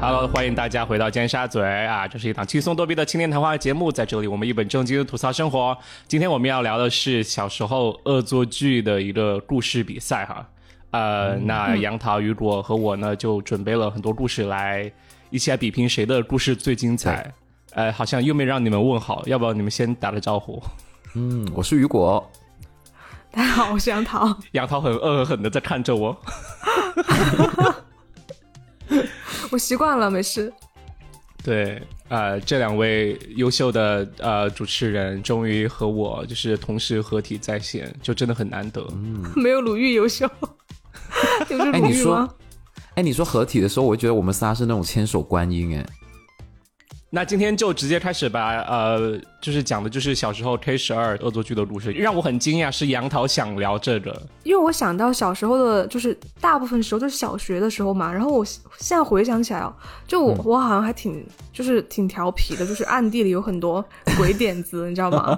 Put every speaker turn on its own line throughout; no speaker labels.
Hello，欢迎大家回到尖沙咀啊！这是一档轻松逗比的青年谈话节目，在这里我们一本正经的吐槽生活。今天我们要聊的是小时候恶作剧的一个故事比赛哈。呃，那杨桃、雨果和我呢，就准备了很多故事来一起来比拼谁的故事最精彩。呃，好像又没让你们问好，要不要你们先打个招呼？
嗯，我是雨果，
大家好，我是杨桃。
杨桃很恶狠狠的在看着我。
我习惯了，没事。
对，呃，这两位优秀的呃主持人终于和我就是同时合体在线，就真的很难得。
嗯
没有鲁豫优秀，有这
哎
鲁
你
豫
说
吗？
哎，你说合体的时候，我就觉得我们仨是那种千手观音，哎，
那今天就直接开始吧，呃，就是讲的就是小时候 K 十二恶作剧的故事。让我很惊讶是杨桃想聊这个，
因为我想到小时候的，就是大部分时候都是小学的时候嘛。然后我现现在回想起来哦，就
嗯
我、我好像还挺就是挺调皮的，就是暗地里有很多鬼点子，你知 道吗？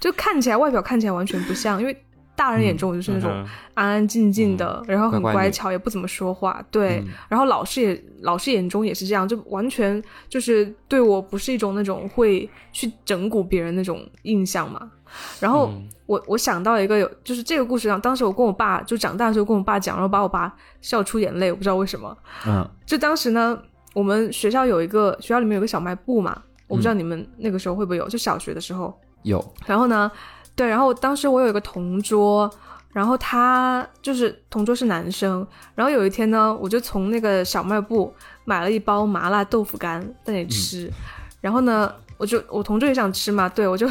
就看起来外表看起来完全不像，因为大人眼中我就是那种
嗯哼
安安静静的，然后很
嗯乖嗯乖
乖
女
巧，也不怎么说话。对，然后老师也老师眼中也是这样，就完全就是对我不是一种那种会去整蛊别人那种印象嘛。然后
嗯
我、我想到一个有，就是这个故事上，当时我跟我爸就长大的时候跟我爸讲，然后把我爸笑出眼泪，我不知道为什么。
嗯，
就当时呢，我们学校有一个学校里面有个小卖部嘛，我不
嗯
知道你们那个时候会不会有，就小学的时候，
有，
然后呢，对，然后当时我有一个同桌，然后他就是同桌是男生，然后有一天呢，我就从那个小卖部买了一包麻辣豆腐干在
嗯
那里吃，然后呢，我就我同桌也想吃嘛，对我就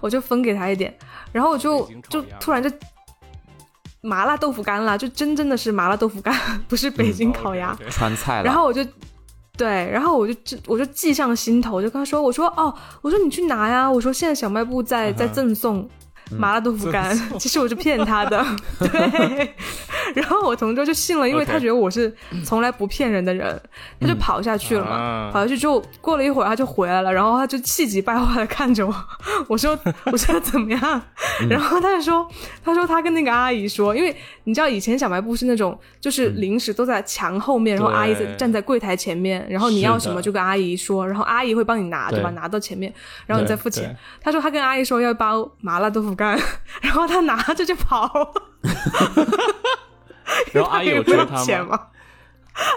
我就分给他一点，然后我就
北京烤
就
鸭
突然就。麻辣豆腐干啦，就真正的是麻辣豆腐干，不是北京烤鸭。
嗯哦 OK，OK
川菜了，
然后我就，对，然后我就记我就记上心头，我就跟他说，我说哦，我说你去拿呀，我说现在小卖部在在
嗯哼
赠送麻辣豆腐干，
赠
其实我是骗 他的，对。然后我同桌就信了，因为
OK
他觉得我是从来不骗人的人，他就跑下去了
啊
嘛。跑下去之后，过了一会儿他就回来了，然后他就气急败坏的看着我， 我说我说怎么样？
嗯
然后他就说，他说他跟那个阿姨说，因为你知道以前小卖部是那种，就是零食都在墙后面，然后阿姨在
嗯对
站在柜台前面，然后你
是
要
的
什么就跟阿姨说，然后阿姨会帮你拿，
对
对吧？拿到前面，然后你再付
对
钱
对。
他说他跟阿姨说要一包麻辣豆腐干， 然后他拿着就跑，
然后阿姨
因
有
为他
追
给不
他
了钱
吗？
嘛。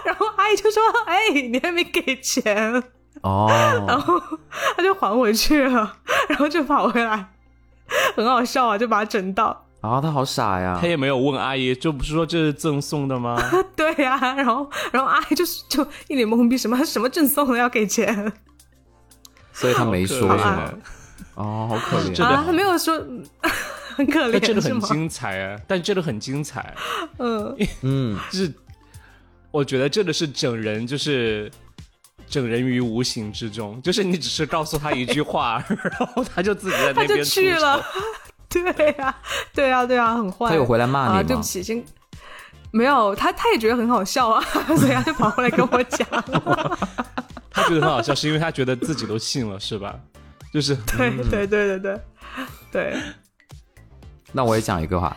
然后阿姨就说：“哎，你还没给钱。” 然
哦，
后他就还回去了，然后就跑回来， 很好笑啊，就把他整到。
啊，他好傻呀
他，也没有问阿姨，就不是说这是赠送的吗？
对呀、然后然后阿姨就是就一脸懵逼，什么什么赠送的要给钱
所以他没说
好可
是
怜
吗？哦，好可怜，
真的
啊？他没有说， 很可
但这个
怜是
很
吗？
精彩啊！但这个很精彩，
嗯，
嗯，
就是我觉得这个是整人，就是整人于无形之中，就是你只是告诉他一句话，然后他就自己在
他
那
就
边
去
出丑
了。 对呀、对呀、对呀、很坏。
他有回来骂
啊，
你
对
吗
不？起，先没有他，他也觉得很好笑啊， 所以他就跑过来跟 我讲。
他觉得很好笑，是因为他觉得自己都信了，是吧？就是
对对对对对对，
那我也讲一个吧，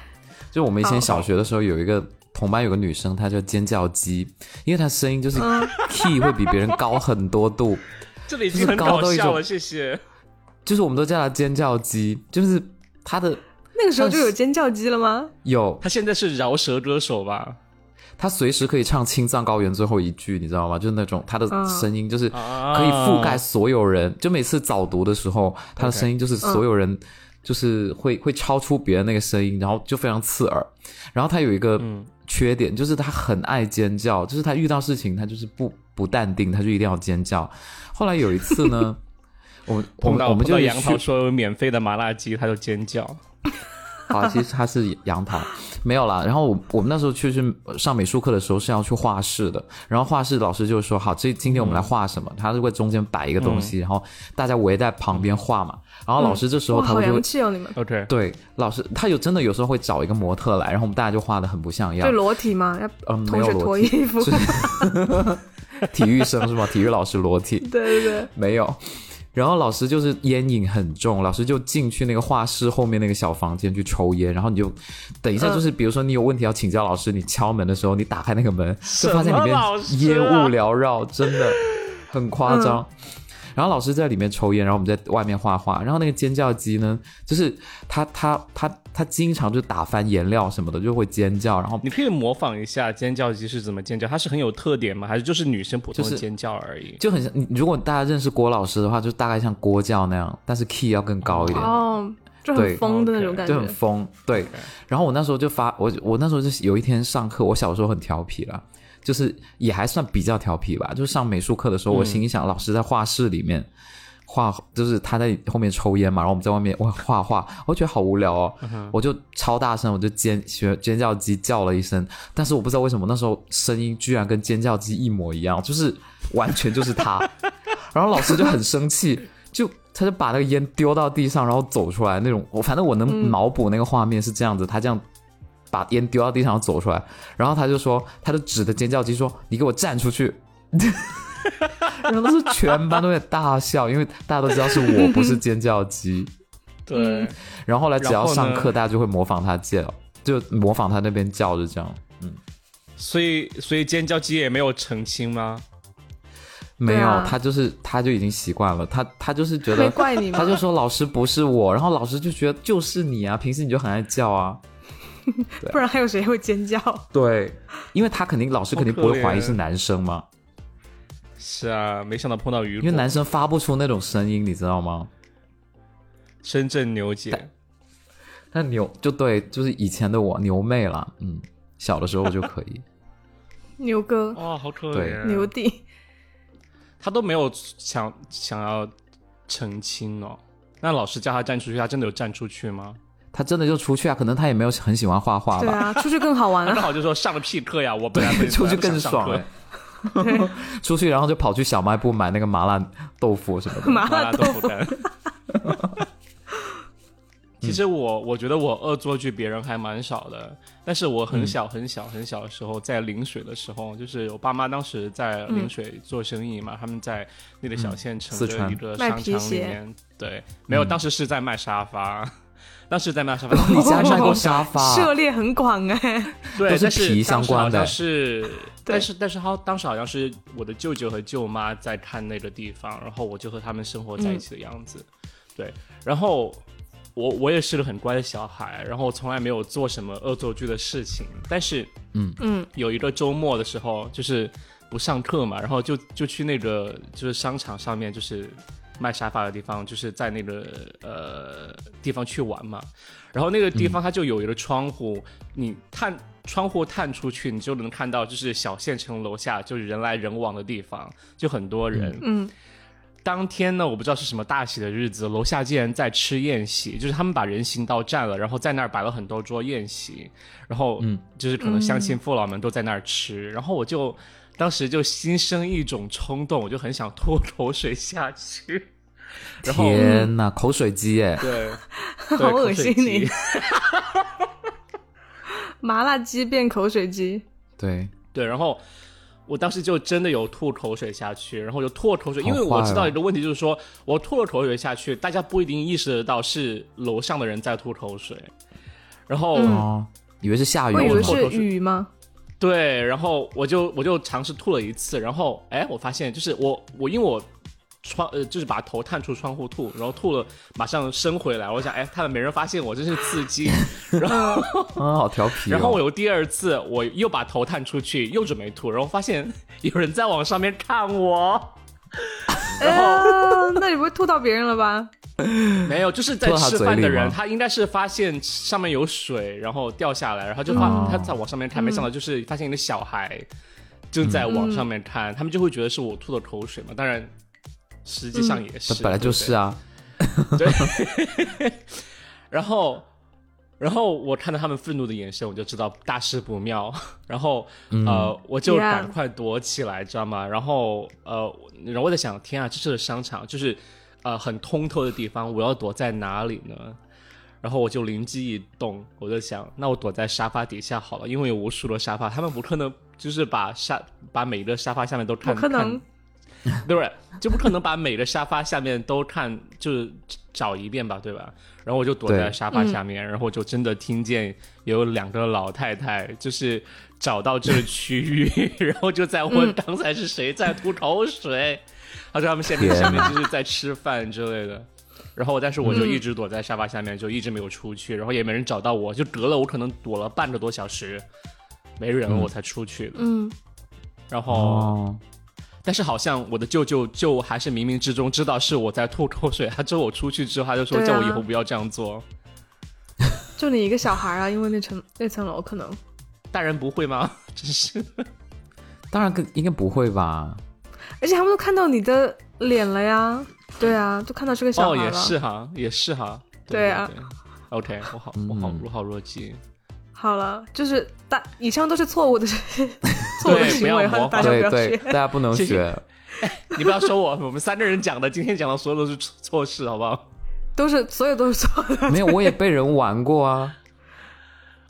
就我们以前
好
小学的时候有一个。同班有个女生，她叫尖叫鸡，因为她声音就是
嗯
key 会比别人高很多度，
这里已经很搞
就是
笑
高到
了，
一
谢谢。
就是我们都叫她尖叫鸡，就是她的
那个时候就有尖叫鸡了吗？
有
他现在是饶舌歌手吧？
他随时可以唱《青藏高原》最后一句，你知道吗？就是那种他的
嗯
声音，就是
啊
可以覆盖所有人。就每次早读的时候，他的声音就是所有人，就是会会超出别人那个声音，然后就非常刺耳。然后他有一个
嗯
缺点，就是他很爱尖叫，就是他遇到事情他就是不不淡定，他就一定要尖叫。后来有一次呢， 我们我
碰
们
到
我们
碰到
就
杨
去
桃说有免费的麻辣鸡，他就尖叫。
啊，其实它是杨桃，没有啦。然后我我们那时候去去上美术课的时候是要去画室的，然后画室老师就说好，这今天我们来画什么？他就会中间摆一个东西，然后大家围在旁边画嘛。然后老师这时候
哇，
他
好
们就会、
洋气哦，你们
OK，
对老师，他有真的有时候会找一个模特来，然后我们大家就画的很不像样
就。裸体嘛，要
嗯，没
同
有
学
裸
脱
体，
衣服，
是体育生是吗？体育老师裸体
对对对，
没有。然后老师就是烟瘾很重，老师就进去那个画室后面那个小房间去抽烟，然后你就等一下，就是比如说你有问题要请教老师，你敲门的时候，你打开那个门，就发现里面烟雾缭绕，真的很夸张。然后老师在里面抽烟，然后我们在外面画画。然后那个尖叫鸡呢，就是它它它它经常就打翻颜料什么的，就会尖叫。然后
你可以模仿一下尖叫鸡是怎么尖叫，它是很有特点吗？还是就是女生普通的尖叫而已？
就很像，你如果大家认识郭老师的话，就大概像郭叫那样，但是 key 要更高一点。
哦，就
对
很疯的那种感觉，
就很疯，对。然后我那时候就发我我那时候就是有一天上课，我小时候很调皮啦，就是也还算比较调皮吧。就是上美术课的时候，我心里想，老师在画室里面画，就是他在后面抽烟嘛，然后我们在外面哇画画，我觉得好无聊哦，我就超大声，我就尖学尖叫鸡叫了一声，但是我不知道为什么那时候声音居然跟尖叫鸡一模一样，就是完全就是他。然后老师就很生气，就他就把那个烟丢到地上，然后走出来那种。我反正我能脑补那个画面是这样子，他这样把烟丢到地上走出来，然后他就说，他就指着尖叫鸡说：“你给我站出 去！”然后当时全班都在大笑，因为大家都知道是我，不是尖叫鸡。
对，
嗯
然后后来只
然
要
后呢
上课，大家就会模仿他叫，就模仿他那边叫，就这样。
所以所以尖叫鸡也没有澄清吗？
没有，
对啊
他就是他就已经习惯了，他他就是觉
没
得
怪你
他
吗？
就说老师不是我，然后老师就觉得就是你啊，平时你就很爱叫啊。
不然还有谁会尖叫？
对，因为他肯定老师肯定不会怀疑
好可怜
是男生嘛，
是啊，没想到碰到雨
因为男生发不出那种声音，你知道吗？
深圳牛姐，
那牛就对，就是以前的我牛妹啦，嗯，小的时候就可以。
牛哥、
哇、好可
对
怜，
牛弟，
他都没有想想要澄清哦。那老师叫他站出去，他真的有站出去吗？
他真的就出去啊，可能他也没有很喜欢画画
对
吧，
啊，出去更好玩
他
啊
正！好就说上了屁课呀，我本来
出去更爽
了
哎。。 出去然后就跑去小卖部买那个麻辣豆腐什么 的。
麻
麻
辣
辣
豆
豆
腐，
腐干。其实我我觉得我恶作剧别人还蛮少的，但是我很小很小很小的时候，在陵水的时候，就是我爸妈当时在陵水做生意嘛，他们在那个小县城
四
的
川
一个
卖
商
皮
场里
鞋
面，对，没有，当时是在卖沙发，当时在卖 沙发，
你家卖过
过
沙发 啊？
涉猎很广哎，
对，
都是
但是
皮
当
相
时
关
好
的
像 是，
对
但是但是他当时好像是我的舅舅和舅妈在看那个地方，然后我就和他们生活在一起的样子。对，然后我我也是个很乖的小孩，然后我从来没有做什么恶作剧的事情，但是
嗯，
有一个周末的时候，就是不上课嘛，然后就就去那个就是商场上面就是卖沙发的地方，就是在那个呃地方去玩嘛。然后那个地方它就有一个窗户，你探窗户探出去，你就能看到就是小县城楼下就是人来人往的地方，就很多人。
嗯，
当天呢，我不知道是什么大喜的日子，楼下竟然在吃宴席，就是他们把人行道占了，然后在那儿摆了很多桌宴席，然后就是可能乡亲父老们都在那儿吃，然后我就当时就心生一种冲动，我就很想吐口水下去，然后
天呐，口水鸡哎！
对，
好
对
恶心
口水
你
鸡
麻辣鸡变口水鸡，
对，
对，然后我当时就真的有吐口水下去，然后就吐了口水，
好
因为我
坏
知道
哦
一个问题，就是说我吐了口水下去，大家不一定意识得到是楼上的人在吐口水，然后、
哦，以为是下雨，
我以为
我
是雨吗？
对，然后我就我就尝试吐了一次，然后哎，我发现就是我我因为我。窗呃，就是把头探出窗户吐，然后吐了，马上伸回来。我想，哎，他们没人发现我，真是刺 激。
哦
然后
啊，好调皮、哦。
然后我有第二次，我又把头探出去，又准备吐，然后发现 有人在往上面看我，
呃，那你不会吐到别人了 吧？
没有，就是在
吐到他
吃
嘴
饭的
里
人，
吗
他应该是发现上面有水，然后掉下来，然后就发、
哦
他在往上面看，没想到就是发现一个小孩正在
嗯
往上面看，他们就会觉得是我吐的口水嘛，当然实际上也是，
他嗯本来就是啊，
对。 然后，然后我看到他们愤怒的眼神，我就知道大事不妙。然后，呃，我就
Yeah
赶快躲起来，知道吗？然后，呃，然后我在想，天啊，这是个商场，就是呃很通透的地方，我要躲在哪里呢？然后我就灵机一动，我就想，那我躲在沙发底下好了，因为有无数的沙发，他们不可能就是把沙把每一个沙发下面都看
不可能
看对不对？就不可能把每个沙发下面都看，就是找一遍吧，对吧？然后我就躲在
对
沙发下面，然后我就真的听见有两个老太太，就是找到这个区域， 然后就在问刚才是谁在吐口水，他说他们下面
天
下面就是在吃饭之类的。然后，但是我就一直躲在沙发下面，就一直没有出去，然后也没人找到我，就隔了我可能躲了半个多小时，没人我才出去的。
嗯，
然后，
哦，
但是好像我的舅舅就还是冥冥之中知道是我在吐口水，他之后我出去之后，他就说
对啊
叫我以后不要这样做。
就你一个小孩啊，因为那层那层楼可能
大人不会吗？真是
当然跟应该不会吧？
而且他们都看到你的脸了呀，对啊，都看到是个小
哦，
孩了。
也是哈，也是哈。
对啊
对 OK，我好，我好，
嗯
我好弱鸡。
好了，就是大以上都是 错误的错误的
对不
行
要
为，
模仿
大家不
对
要
对，
学。
大家不能
谢谢
学。
你不要说我，我们三个人讲的，今天讲的所有都是错错事，好不好？
都是所有都是错的。
没有，我也被人玩过啊。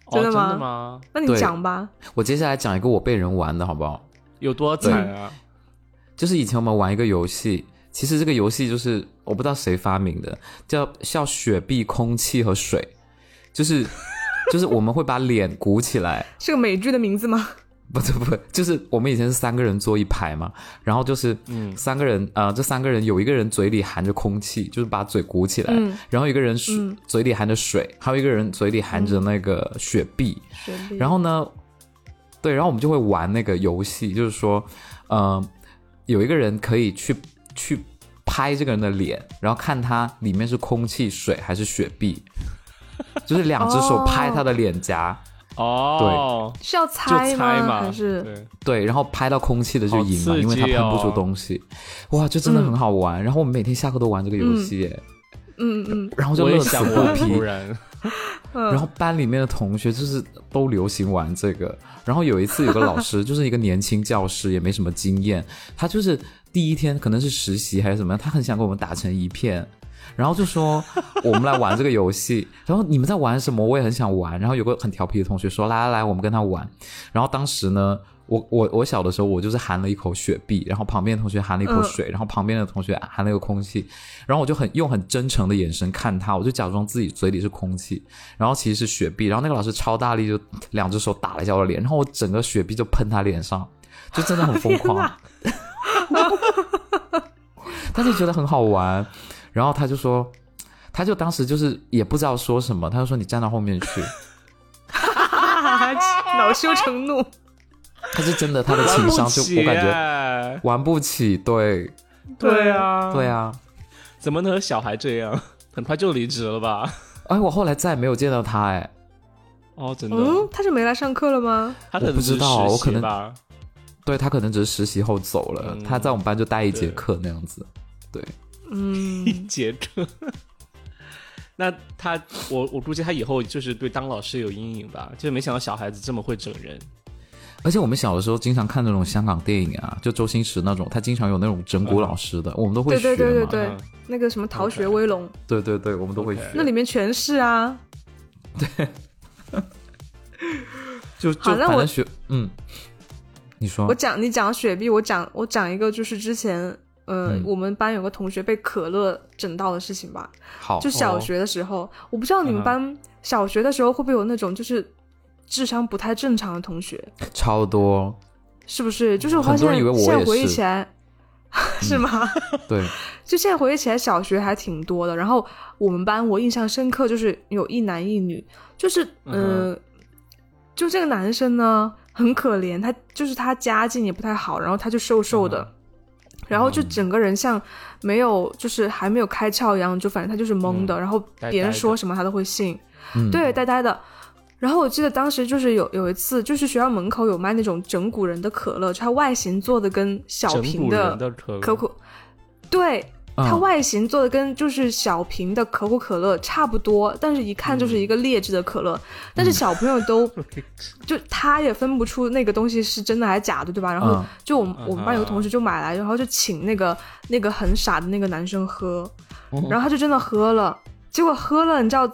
哦，
真
真
的吗
的吗？
那你
对
讲吧，
我接下来讲一个我被人玩的好不好？
有多惨啊？
就是以前我们玩一个游戏，其实这个游戏就是我不知道谁发明的，叫叫雪碧、空气和水，就是 就是我们会把脸鼓起来，
是个美剧的名字吗？
不不不，就是我们以前是三个人坐一排嘛，然后就是
嗯
三个人啊、呃这三个人有一个人嘴里含着空气，就是把嘴鼓起来，
嗯
然后一个人水、
嗯
嘴里含着水，还有一个人嘴里含着那个雪碧，然
嗯
后
后呢，对，然后我们就会玩那个游戏，就是说，呃，有一个人可以去去拍这个人的脸，然后看他里面是空气、水还是雪 碧，就是两只手拍他的脸颊，
哦，
是要
就
猜
猜嘛，
还是
对
对，然后拍到空气的就赢
好刺
嘛，
激
因为他喷不出
哦嗯
东西，哇，就真的很好玩。然后我们每天下课都玩这个游戏耶，
嗯嗯
然后就
我也
乐此
想
不
我
疲
突。然，
嗯，
然后班里面的同学就是都流行玩这个。然后有一次有个老师，就是一个年轻教师，也没什么经验，他就是第一天可能是实习还是怎么样，他很想跟我们打成一片。然后就说我们来玩这个游戏，然后你们在玩什么？我也很想玩。然后有个很调皮的同学说：“来来来，我们跟他玩。”然后当时呢，我我我小的时候，我就是含了一口雪碧，然后旁边的同学含了一口
嗯
水，然后旁边的同学含了一个空气，然后我就很用很真诚的眼神看他，我就假装自己嘴里是空气，然后其实是雪碧，然后那个老师超大力就两只手打了一下我的脸，然后我整个雪碧就喷他脸上，就真的很疯
天
狂
哪。
他就觉得很好玩，然后他就说，他就当时就是也不知道说什么，他就说你站到后面去，
恼羞成怒，
他是真的他的情商就我感 觉
觉，
玩不起，对
对啊，
对啊，
怎么能和小孩这样？很快就离职了吧？
哎，我后来再也没有见到他，哎，
哦，真的，
嗯，他是没来上课了吗？
他可能
我不知道啊
是实习
我可能
吧。
对他可能只是实习后走了，
嗯
他在我们班就待一节
对
课那样子，对，
嗯，
杰克。那他，我我估计他以后就是对当老师有阴影吧，就没想到小孩子这么会整人。
而且我们小的时候经常看那种香港电影啊，就周星驰那种，他经常有那种整蛊老师的，我们都会学
对对
嘛。
对对对
嗯，
那个什么《逃
OK
学威龙》
对对对我们都会学
OK
那里面全是啊。
就
好
就
那
反
我
正学，嗯，你说
嗯
我，讲你讲雪碧，我讲我讲一个就是之前呃、
嗯
我们班有个同学被可乐整到的事情吧，
哦
好，
就小学的时候，我不知道
嗯
你们班小学的时候会不会有那种就是智商不太正常的同学，
超多，
是不是？就是我发
很多
现
人以为我
现在
也
回忆
是嗯
起来，是吗？
对，
就现在回忆起来，小学还挺多的。然后我们班我印象深刻就是有一男一女，就是
嗯
呃，就这个男生呢很可怜，他就是他家境也不太好，然后他就瘦瘦
嗯
的。然后就整个人像没有，就是还没有开窍一样，就反正他就是懵的。然后
呆
别人
呆的
说什么他都会信，
嗯，
对，呆呆的。然后我记得当时就是有有一次，就是学校门口有卖那种整蛊人的可乐，就它外形做的跟小
整
瓶
蛊人的可
可口，对，它
嗯
外形做的跟就是小瓶的可口可乐差不多，但是一看就是一个劣质的可
嗯
乐，但是小朋友 都就他也分不出那个东西是真的还是假的，对吧？然后
嗯
就我们我们班有个
嗯
同学就买来，然后就请那个那个很傻的那个男生喝，
嗯
嗯
然后他就真的喝了，结果喝了，你知道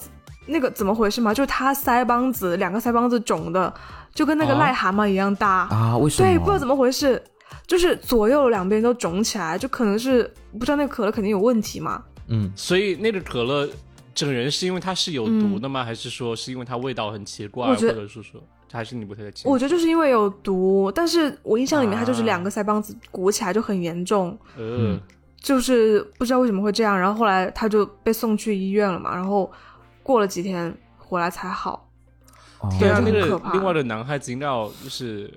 那个怎么回事吗？就是他腮帮子两个腮帮子肿的，就跟那个
啊
癞蛤蟆一样大。
啊，为什么？
对，不知道怎么回事，就是左右两边都肿起来，就可能是不知道那个可乐肯定有问题嘛。
嗯，
所以那个可乐整人是因为它是有毒的吗？还是说是因为它味道很奇怪，
嗯我
或
觉得
者是说还是你不太清楚？
我觉得就是因为有毒，但是我印象里面它就是
啊
两个腮帮子鼓起来就很严重，
嗯
呃，
就是不知道为什么会这样。然后后来他就被送去医院了嘛，然后过了几天回来才好。
哦
对啊，那
就嗯很
个
可怕
另外的男孩子应该要就是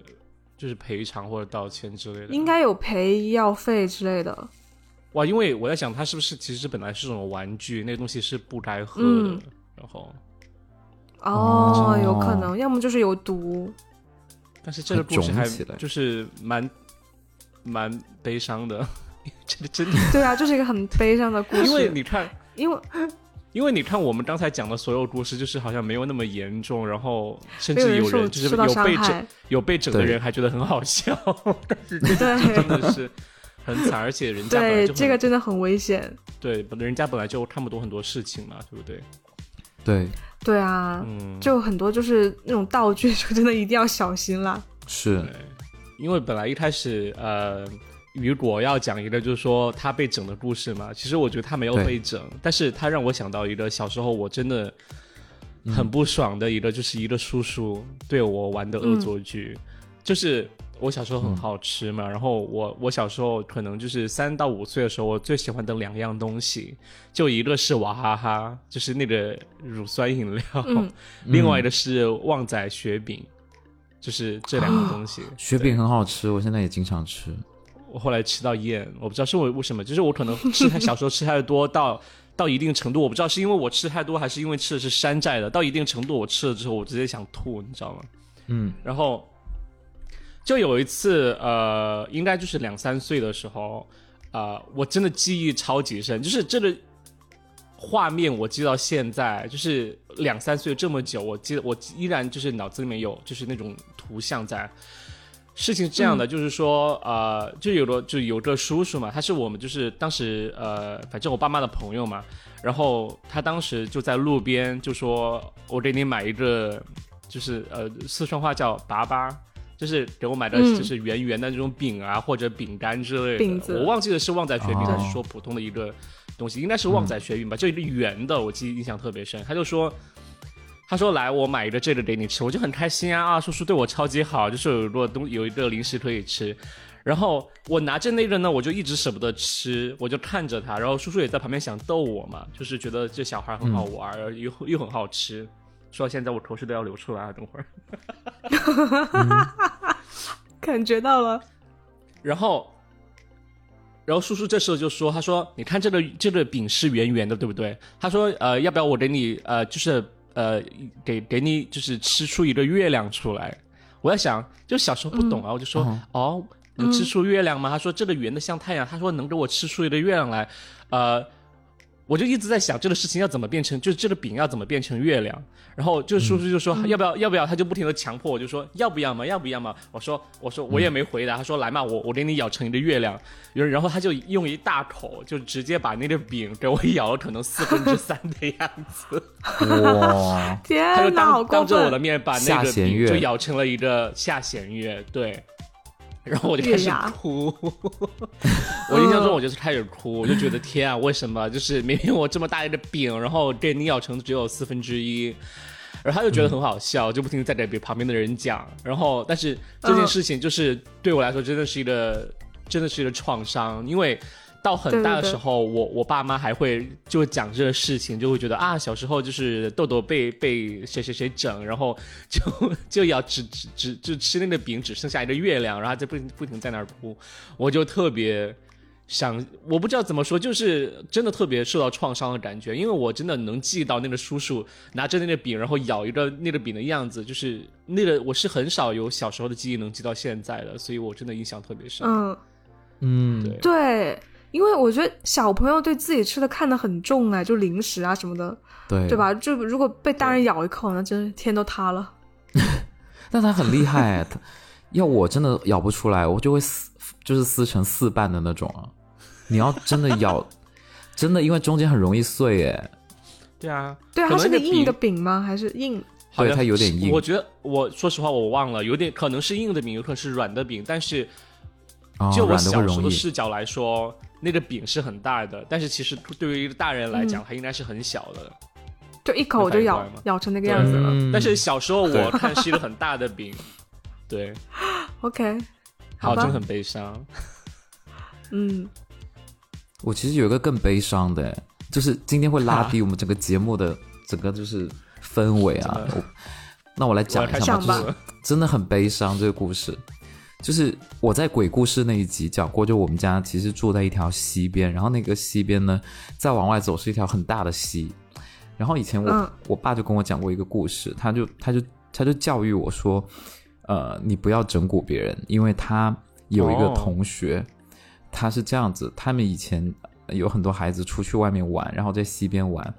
就是赔偿或者道歉之类的。
应该有赔医药费之类的。
哇，因为我在想，它是不是其实本来是种玩具，那东西是不该喝的，
嗯
然后。
哦
哦，
有可能，要么就是有毒。
但是这个
它
故事
肿
还
起来
就是蛮蛮悲伤的，这个 真的，
对啊，这是一个很悲伤的故事。
因为你看，
因为
因为你看我们刚才讲的所有故事，就是好像没有那么严重，然后甚
没有
至
人
有
受
人就是
受到
有
伤
被整
害，
有被整的
对
人还觉得很好笑，但是这真
对
的是很惨，而且人家本来
对，
就
这
很
个真的很危险。
对，本人家本来就看不懂很多事情嘛，对不对？
对，
对啊，
嗯，
就很多就是那种道具，就真的一定要小心啦。
是嗯
对，因为本来一开始呃，雨果要讲一个就是说他被整的故事嘛，其实我觉得他没有
对
被整，但是他让我想到一个小时候我真的很不爽的一个，就是一个叔叔对我玩的恶作
嗯
剧，就是。我小时候很好吃嘛，然后我我小时候可能就是三到五岁的时候，我最喜欢的两样东西，就一个是娃哈哈，就是那个乳酸饮料，
嗯
另外一个是旺仔雪饼，就是这两个东西。
嗯雪饼很好吃，我现在也经常吃。
我后来吃到厌，我不知道是为为什么，就是我可能吃太小时候吃太多到。到一定程度，我不知道是因为我吃太多，还是因为吃的是山寨的。到一定程度，我吃了之后，我直接想吐，你知道吗？
嗯，
然后就有一次，呃，应该就是两三岁的时候，啊、我真的记忆超级深，就是这个画面我记到现在，就是两三岁这么久，我记得我依然就是脑子里面有就是那种图像在。事情是这样的，就是说，呃，就有个就有个叔叔嘛，他是我们就是当时呃，反正我爸妈的朋友嘛，然后他当时就在路边就说：“我给你买一个，就是呃，四川话叫粑粑，就是给我买的
嗯
就是圆圆的那种饼啊，或者饼干之类的。
饼子
我忘记了是旺仔雪饼
哦
还是说普通的一个东西，应该是旺仔雪饼吧，就一个圆的，我记忆印象特别深。他就说。他说：“来，我买一个这个给你吃，我就很开心啊！啊，叔叔对我超级好，就是有一个东有一个零食可以吃。然后我拿着那个呢，我就一直舍不得吃，我就看着他，然后叔叔也在旁边想逗我嘛，就是觉得这小孩很好玩，然后又又很好吃。说到现在，我口水都要流出来了，等会儿。
感觉到了，
然后，然后叔叔这时候就说：“他说，你看这个这个饼是圆圆的，对不对？他说，呃，要不要我给你，呃，就是呃，给给你就是吃出一个月亮出来？我在想，就小时候不懂啊，我就说，哦，能吃出月亮吗？他说这个圆的像太阳，他说能给我吃出一个月亮来，呃。”我就一直在想这个事情要怎么变成，就是这个饼要怎么变成月亮。然后就叔
嗯
叔就说、
嗯
要不要要不要，他就不停的强迫我，就说要不要嘛要不要嘛。我说我说我也没回答，他说来嘛我我给你咬成一个月亮，然然后他就用一大口就直接把那个饼给我咬了可能四分之三的样子，
哇，
他就
天哎哪，好
当
过
当着我的
分！
面把那
下
个
弦
饼
月
就咬成了一个下弦月，对。然后我就开
月
始
牙
哭，我印象
嗯
中我就是开始哭，我就觉得天啊，为什么就是明明我这么大一个饼，然后给你咬成只有四分之一，然后他就觉得很好笑，就不停地在给别旁边的人讲。然后，但是这
嗯
件事情就是对我来说真的是一个真的是一个创伤，因为到很大的
对对对
时候，我我爸妈还会就讲这个事情，就会觉得啊，小时候就是豆豆被被谁谁谁整，然后 就就要只只只就吃那个饼，只剩下一个月亮，然后他就不停不停在那儿哭，我就特别。想我不知道怎么说，就是真的特别受到创伤的感觉，因为我真的能记到那个叔叔拿着那个饼，然后咬一个那个饼的样子，就是那个我是很少有小时候的记忆能记到现在的，所以我真的印象特别深。
嗯，
嗯，
对
对，因为我觉得小朋友对自己吃的看得很重哎，就零食啊什么的，
对，
对？吧？就如果被大人咬一口，那真是天都塌了。
但他很厉害，他要我真的咬不出来，我就会撕，就是撕成四瓣的那种啊。你要真的咬， 真的因为中间很容易碎耶。
对啊，
对啊，
可
它
能
是个
那个
硬的
饼
饼吗？还是硬？
好像
对它有点硬
我觉得我说实话我忘了，有点可能是硬的饼，有可能是软的饼，但是
哦
就我
软的
小
会
时候
容
的
易
视角来说，那个饼是很大的，但是其实对于一个大人来讲，它应该是很小的。
就一口我就
反
咬
应过来吗
咬成那个样子了。
嗯
但是小时候
对
我看是一个很大的 饼，对，
OK，
好，
好
真
吧
的很悲伤。
嗯，
我其实有一个更悲伤的，就是今天会拉低我们整个节目的整个就是氛围啊
真的。
我那我来
我
讲
要开
一
始
下
讲
哭
吧，
吧
就是
了，
真的很悲伤这个故事。就是我在鬼故事那一集讲过，就我们家其实住在一条溪边，然后那个溪边呢，再往外走是一条很大的溪。然后以前我、
嗯
我爸就跟我讲过一个故事，他就他就他就教育我说，呃，你不要整蛊别人，因为他有一个
哦
同学，他是这样子，他们以前有很多孩子出去外面玩，然后在溪边玩，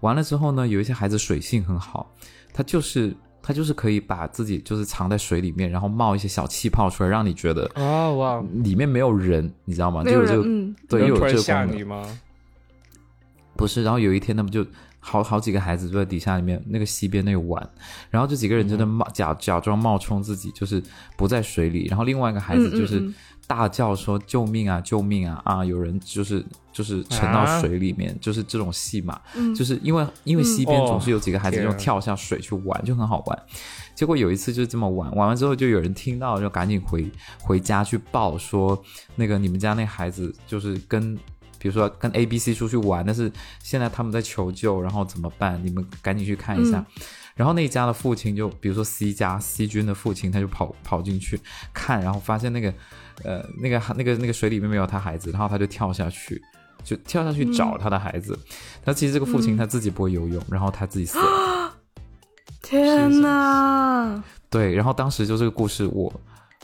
完了之后呢，有一些孩子水性很好，他就是他就是可以把自己就是藏在水里面，然后冒一些小气泡出来，让你觉得
哦哇，
里面没有人，你知道吗？
没
就
有
有这
人
个、
嗯，
对，
能
又有
突
这
然
个
吓
功
你
能，
吗？
不是。然后有一天他们就好好几个孩子就在底下里面那个溪边那里玩，然后这几个人就在冒、假假装冒充自己就是不在水里，然后另外一个孩子
嗯嗯
就是。
嗯
大叫说：“救命啊，救命啊！啊，有人就是就是沉到水里面，就是这种戏嘛，
嗯
就是因为因为溪边
哦
总是有几个孩子
天啊
就跳下水去玩，就很好玩。结果有一次就这么玩，玩完之后就有人听到，就赶紧回回家去报说，那个你们家那孩子就是跟。”比如说跟 A、B、C 出去玩，但是现在他们在求救，然后怎么办？你们赶紧去看一下。
嗯
然后那一家的父亲就，比如说 C 家 C 君的父亲，他就跑跑进去看，然后发现那个呃那个那个那个水里面没有他孩子，然后他就跳下去，就跳下去找他的孩子。他其实这个父亲
嗯
他自己不会游泳，然后他自 己死了。
天哪，
对，然后当时就这个故事，我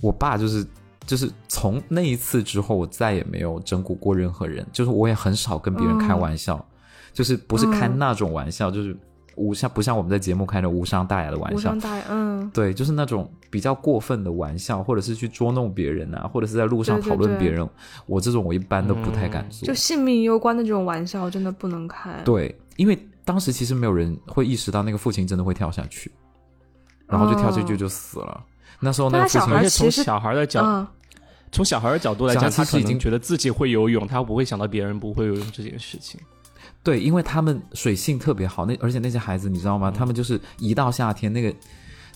我爸就是。就是从那一次之后，我再也没有整蛊过任何人。就是我也很少跟别人开
嗯
玩笑，就是不是开
嗯
那种玩笑，就是无像不像我们在节目开的无伤大雅的玩
无
笑
伤，大雅，嗯，
对，就是那种比较过分的玩笑，或者是去捉弄别人啊，或者是在路上
对对
讨论
对
别人，我这种我一般都不太敢做。
就性命攸关的这种玩笑真的不能开。
对，因为当时其实没有人会意识到那个父亲真的会跳下去，然后就跳下去
哦
就死了。那时候那
但
个
他
父
小
亲
孩
而且
啊其
从
实
小孩的角
嗯，
从小孩的角度来
小孩
讲，
其
他
实
可
已经
能觉得自己会游泳，他不会想到别人不会游泳这件事情。
对，因为他们水性特别好，那而且那些孩子你知道吗？他们就是一到夏天那个，你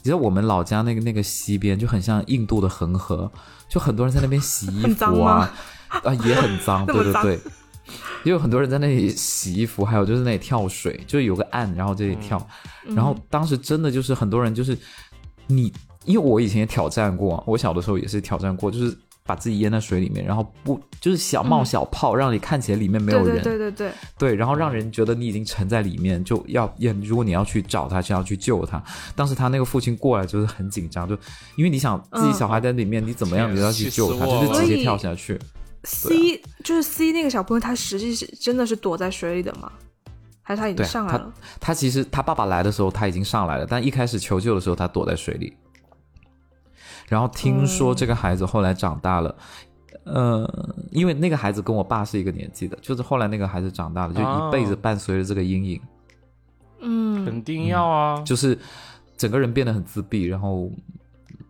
知道我们老家那个那个溪边就很像印度的恒河，就很多人在那边洗衣
很脏
服
吗
啊，啊也很脏，
那
对
么
对
脏
对， 也有很多人在那里洗衣服，还有就是那里跳水，就是有个岸，然后这里跳，
嗯
然后当时真的就是很多人就是你，因为我以前也挑战过，我小的时候也是挑战过，就是。把自己淹在水里面，然后不就是小冒
嗯
小泡，让你看起来里面没有
对
人，
对对对对，
对，啊然后让人觉得你已经沉在里面，就要要如果你要去找他，就要去救他。当时他那个父亲过来就是很紧张，就因为你想自己
嗯
小孩在里面，你怎么样
天啊
你都要去
气
救
死
他，
我
就是直接
了
跳下去。
C 就是 C 那个小朋友，他实际是真的是躲在水里的吗？还是他已经
对啊
上来
他
了？
他其实他爸爸来的时候他已经上来了，但一开始求救的时候他躲在水里。然后听说这个孩子后来长大了，呃，因为那个孩子跟我爸是一个年纪的，就是后来那个孩子长大了，就一辈子
哦
伴随着这个阴影。
嗯，
肯定要啊，
就是整个人变得很自闭，然后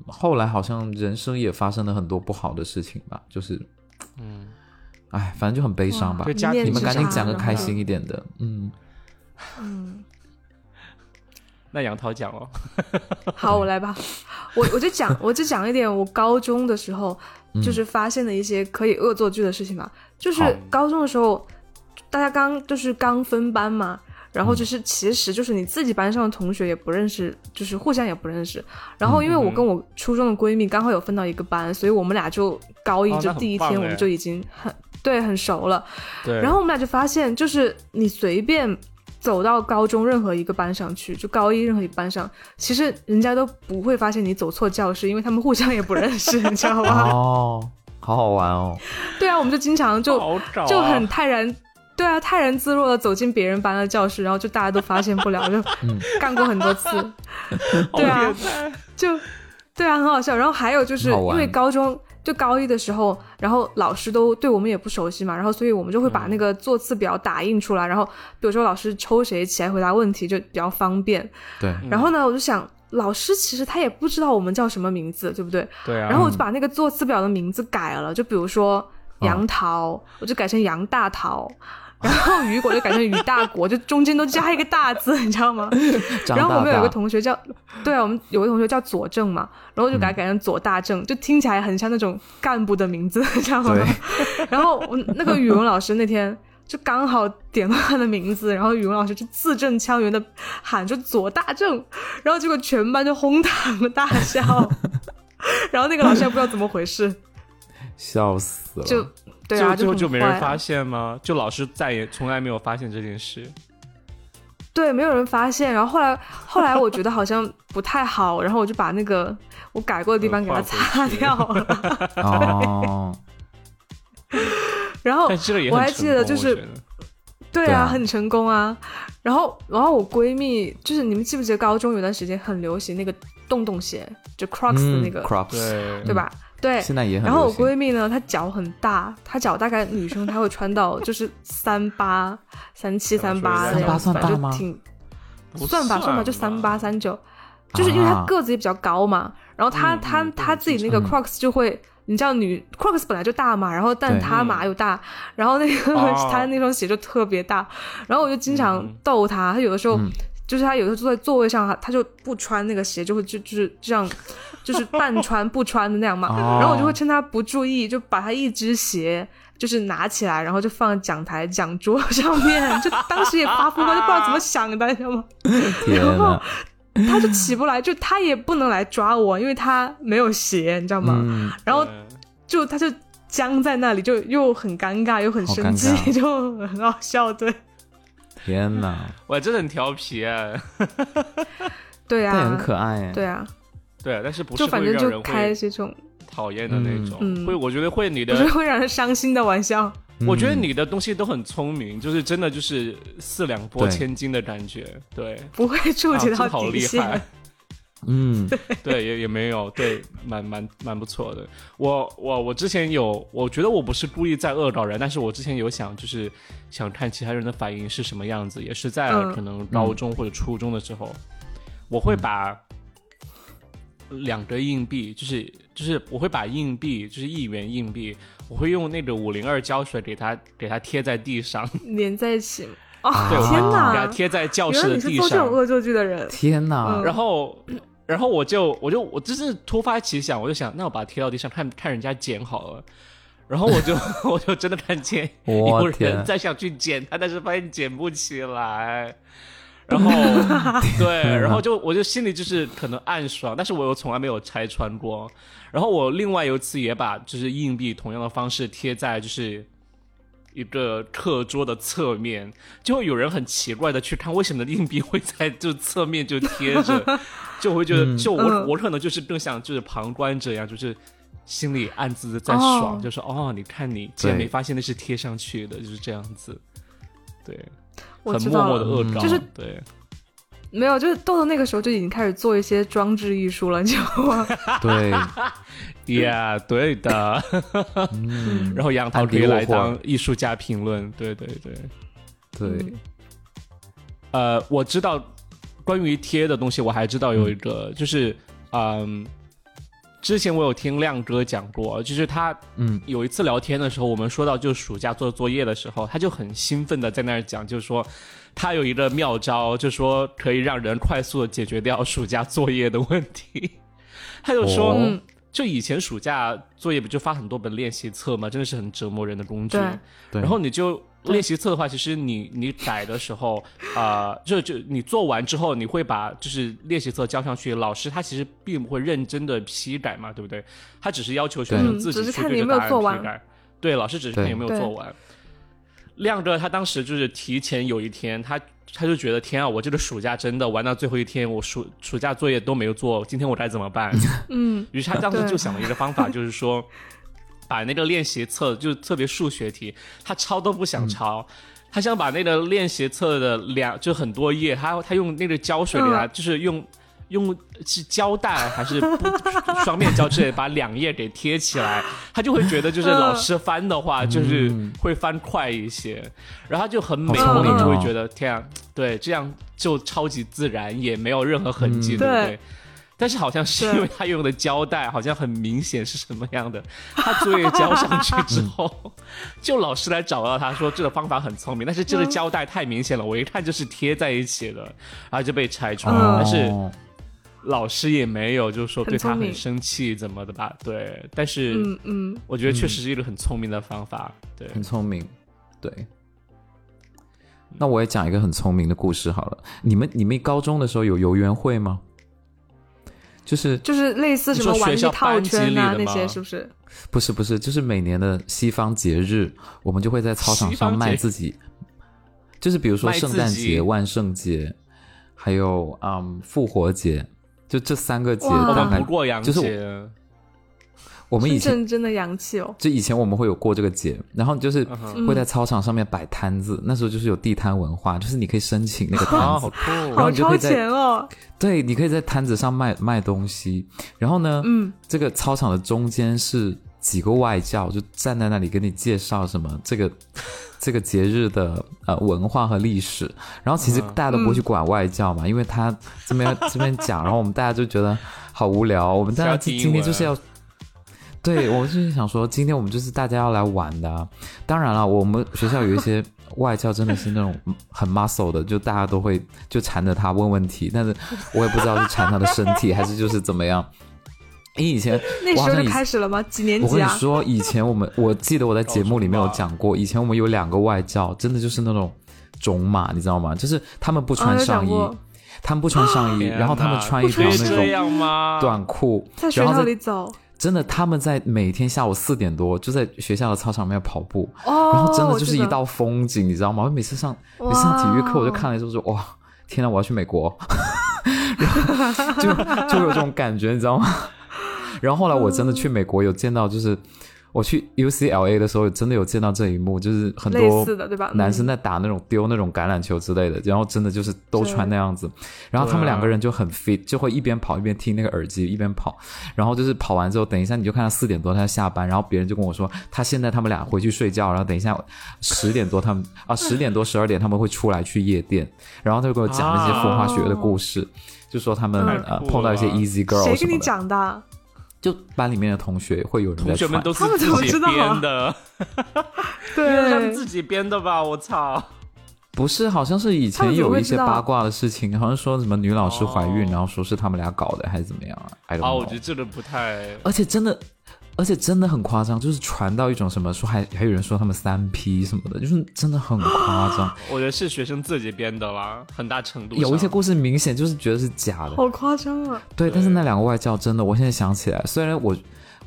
后来好像人生也发生了很多不好的事情吧，就是，
嗯，
哎，反正就很悲伤吧
哇。家
一念
你
庭
们
之
赶紧
差
讲个
然
开
后
心一点的，嗯，
嗯，
那杨涛讲哦，
好，我来吧。我我就讲，我就讲一点我高中的时候
嗯
就是发现的一些可以恶作剧的事情吧。就是
好
高中的时候，大家刚就是刚分班嘛，然
嗯
后就是其实就是你自己班上的同学也不认识，就是互相也不认识。然后
嗯
因为我跟我初中的闺蜜刚好有分到一个班，所以我们俩就高一
哦
就
那很
第一
棒
天我
哎
们就已经很对很熟了。
对，
然后我们俩就发现，就是你随便走到高中任何一个班上去，就高一任何一个班上，其实人家都不会发现你走错教室，因为他们互相也不认识，你知道吗？
哦，好好玩哦，
对啊，我们就经常就、
好找啊
就很泰然。对啊，泰然自若的走进别人班的教室，然后就大家都发现不了，就
嗯
干过很 多次。对啊，
好变态
就对啊，很好笑。然后还有就是
很好
因
玩
为高中就高一的时候，然后老师都对我们也不熟悉嘛，然后所以我们就会
嗯
把那个座次表打印出来，然后比如说老师抽谁起来回答问题就比较方便。
对，
然后呢，我就想老师其实他也不知道我们叫什么名字，对不对？
对啊。
然
嗯
后我就把那个座次表的名字改了，就比如说杨桃，我就改成杨大桃。然后雨果就改成雨大国，就中间都加一个大字，你知道吗？
张
然后我们
大
有一个
大
同学叫，对啊，我们有个同学叫左正嘛，然后就给
嗯
他改成左大正，就听起来很像那种干部的名字，你知道吗？ 然后我那个语文老师那天就刚好点到他的名字，然后语文老师就字正腔圆的喊着左大正，然后结果全班就哄堂大笑， 然后那个老师也不知道怎么回事，
笑死了。
就对啊，
最后
很
就没
坏
人发现吗？就老师再也从来没有发现这件事。
对，没有人发现。然后后来，后来我觉得好像不太好，然后我就把那个我改过的地方给它
呃划
擦
回去
掉了。
哦，
然后
但这个也
哦我
很
还
成
记得
功
就是
我觉得
对
对
啊，
啊
很成功啊。然后，然后我闺蜜就是你们记不记得高中有段时间很流行那个洞洞鞋，就 Crocs 的那个，
嗯、Crocs，
对
对吧？对。
现在也很
然
流
后我
行
闺蜜呢，她脚很大，她脚大概女生她会穿到 就是三八、三七、
怎么说
三八
呀
的样子，
38
反正
算大
就
吗
挺
不
算吧算吧，就三八三九，就是因为他
啊
个子也比较高嘛，然后他
嗯
他
嗯
他
对
自己那
嗯
个 Crocs 就会，你知道女 Crocs 本来就大嘛，然后但
对
他码又大，然后那个
哦
他那双鞋就特别大，然后我就经常
嗯
逗他，他有的时候
嗯
就是他有的时候坐在座位上，他他就不穿那个鞋，就会就就是这样，就是半穿不穿的那样嘛，
哦
啊然后我就会趁他不注意，就把他一只鞋。就是拿起来，然后就放在讲台讲桌上面，就当时也发疯了，就不知道怎么想的，你知道 吗？
天
然后
呐，
他就起不来，就他也不能来抓我，因为他没有鞋，你知道吗？
嗯，
然后
对
就他就僵在那里，就又很尴尬，又很生
好尴
气，
尬
就很好笑。对，
天呐，
我真的很调皮啊。
对
但也很
啊，
可爱哎。
对啊，
对，但是不是
就反
会
正
让
就
人
开
会
这种，
讨厌的那种，
嗯嗯
会我觉得会你
不是
的，
会让人伤心的玩笑。
我觉得
嗯
你的东西都很聪明，就是真的就是四两拨
对
千斤的感觉，对，
不会触
啊
及
真
到
好
底
厉
线，
害。
嗯，
对，也也没有，对，蛮蛮蛮不错的。我我我之前有，我觉得我不是故意在恶搞人，但是我之前有想，就是想看其他人的反应是什么样子，也是在
嗯
可能高中或者初中的时候，我会把两个硬币，就是就是我会把硬币，就是一元硬币，我会用那个五零二胶水给它给它贴在地上，
连在一起。哦
对，我，
天
给它
哪！
贴在教
原
室
来
的
你是
地
做这
上
种。恶作剧的人，
天呐，
嗯
然后，然后我就我就我就是突发奇想，我就想，那我把它贴到地上看看人家捡好了。然后我就 我就真的看见
我
有人
天
在想去捡它，但是发现捡不起来。然 后对，然后就我就心里就是可能暗爽，但是我又从来没有拆穿过。然后我另外有一次也把就是硬币同样的方式贴在就是一个课桌的侧面，就会有人很奇怪的去看为什么硬币会在就侧面就贴 着，就会觉得就我、
嗯
我可能就是更像就是旁观者一样，就是心里暗自在爽，
哦
就说哦，你看你竟然
对
没发现那是贴上去的，就是这样子，对，
我
很
知
默
道
默的
了。
恶搞，
就是
对，
没有，就是豆豆那个时候就已经开始做一些装置艺术了，你知道吗？
对，
嗯
呀、yeah,，对的。
嗯，
然后杨桃可以来当艺术家评论，对对对。
嗯
对，
呃，我知道关于贴的东西，我还知道有一个，就是嗯、之前我有听亮哥讲过，就是他
嗯，
有一次聊天的时候，我们说到就是暑假做作业的时候，他就很兴奋的在那儿讲，就是说他有一个妙招，就说可以让人快速的解决掉暑假作业的问题。 他就说，
哦
嗯，
就以前暑假作业不就发很多本练习册吗？真的是很折磨人的工具。
对
对，
然后你就练习册的话，其实你你改的时候，啊、就就你做完之后，你会把就是练习册交上去，老师他其实并不会认真的批改嘛，对不对？他只是要求学生
对
自己
嗯只是
去
看你
对
有
着
没有
答案
做完嗯
批改。对，老师只是看
对
有没有
对
做完。亮哥他当时就是提前有一天，他他就觉得天啊，我这个暑假真的玩到最后一天，我暑暑假作业都没有做，今天我该怎么办？
嗯，
于是他当时
对
就想了一个方法，就是说，把那个练习册，就是特别数学题，他抄都不想
嗯
抄，他想把那个练习册的两就很多页，他他用那个胶水给他，
嗯
就是用用是胶带还是不双面胶之类的，把两页给贴起来，他就会觉得就是
嗯
老师翻的话，就是会翻快一些，然后他就很美
好聪
观，
明
就会
哦
觉得天啊，对，这样就超级自然，也没有任何痕迹，
嗯
对不
对
对？但是好像是因为他用的胶带好像很明显是什么样的， 他作业交上去之 后，就老师来找到他说这个方法很聪明，但是这个胶带太明显了，我一看就是贴在一起的，然后就被拆穿了。但是
哦
老师也没有就是说
嗯很
对他
聪明
很生气怎么的吧？对，但是
嗯嗯，
我觉得确实是一个很聪明的方法。对，
很聪明，对。那我也讲一个很聪明的故事好了。你们你们高中的时候有游园会吗？就是
就是类似什么
你说
玩
学
具
校
套圈啊
班级
那
里的吗
些，是不是？
不是不是，就是每年的西方节日，我们就会在操场
西
上
方
卖
节
自己，就是比如说
卖
圣
自
诞
己
节、万圣节，还有嗯复活节，就这三个节
哇
我
大
们
概
不过洋
就是我
节，
我们以
深
前
圳真的洋气哦。
就以前我们会有过这个节，然后就是
嗯哼
会在操场上面摆摊子，那时候就是有地摊文化，就是你可以申请 那个
啊，
摊
好
子，
酷！
然后
好
你就可
超
以在
前哦！
对，你可以在摊子上卖卖东西。然后呢，
嗯，
这个操场的中间是几个外教，就站在那里跟你介绍什么这个这个节日的呃文化和历史。然后其实大家都不会去管外教嘛，因为他这边这边讲，然后我们大家就觉得好无聊。我们大家
要
今
听
今天就是
英
啊
要。对，我就是想说，今天我们就是大家要来玩的啊、当然了，我们学校有一 些外教真的是那种很 muscle 的，就大家都会就缠着他问问题，但是我也不知道是缠他的身体还是就是怎么样。因为以 前
那
我好
时候
像
就
以
开始了吗？几年
我
级
跟你
啊？
说，以前我们我记得我在节目里面有讲过，以前我们有两个外教，真的就是那种种马，你知道吗？就是他们不
啊，
穿
有
上
讲
衣，
过，
他们不穿上 衣，
天
然后他们
哪
穿一条
可以
那
这
种
样吗？
短裤，
在学
然后
校
在
里走
真的，他们在每天下午四点多就在学校的操场面跑步，
哦，
然后真的就是
我知
一道风景，你知道吗？我每次上每次上体育课，我就看了之后说，哇，天呐，我要去美国， 然后就就有这种感觉，你知道吗？ 然后后来我真的去美国，有见到就是我去 UCLA 的时候，真的有见到这一幕，就是很
类
多
似的对吧？
男生
嗯
在打那种丢那种橄榄球之类的，然后真的就是都
对
穿那样子，然后他们
对啊
两个人就很 fit，就会一边跑一边听那个耳机一边跑，然后就是跑完之后，等一下你就看到四点多他下班，然后别人就跟我说他现在他们俩回去睡觉，然后等一下十点多他们啊十点多十二点他们会出来去夜店，然后他就跟我讲那些风花雪月的故事，
啊
就说他们
太
呃
酷
碰到一些
了
easy girl
谁
什
跟
么的，
你讲的？
就班里面的同学会有人在
同学们
穿，
都是
他们
自
怎么
己
知道啊
编的，他们
对，
自己编的吧？我操！
不是，好像是以
他们
前
怎
有
么会
一些
知道
八卦的事情，好像说什么女老师怀孕，
哦
然后说是他们俩搞的，还是怎么样啊？I don't
啊，
know。
我觉得这个不太
而且真的，而且真的很夸张，就是传到一种什么说还还有人说他们三 P 什么的，就是真的很夸 张。
我觉得是学生自己编的啦，很大程度上
有一些故事明显就是觉得是假的，
好夸张啊！
对。但是那两个外教真的，我现在想起来，虽然我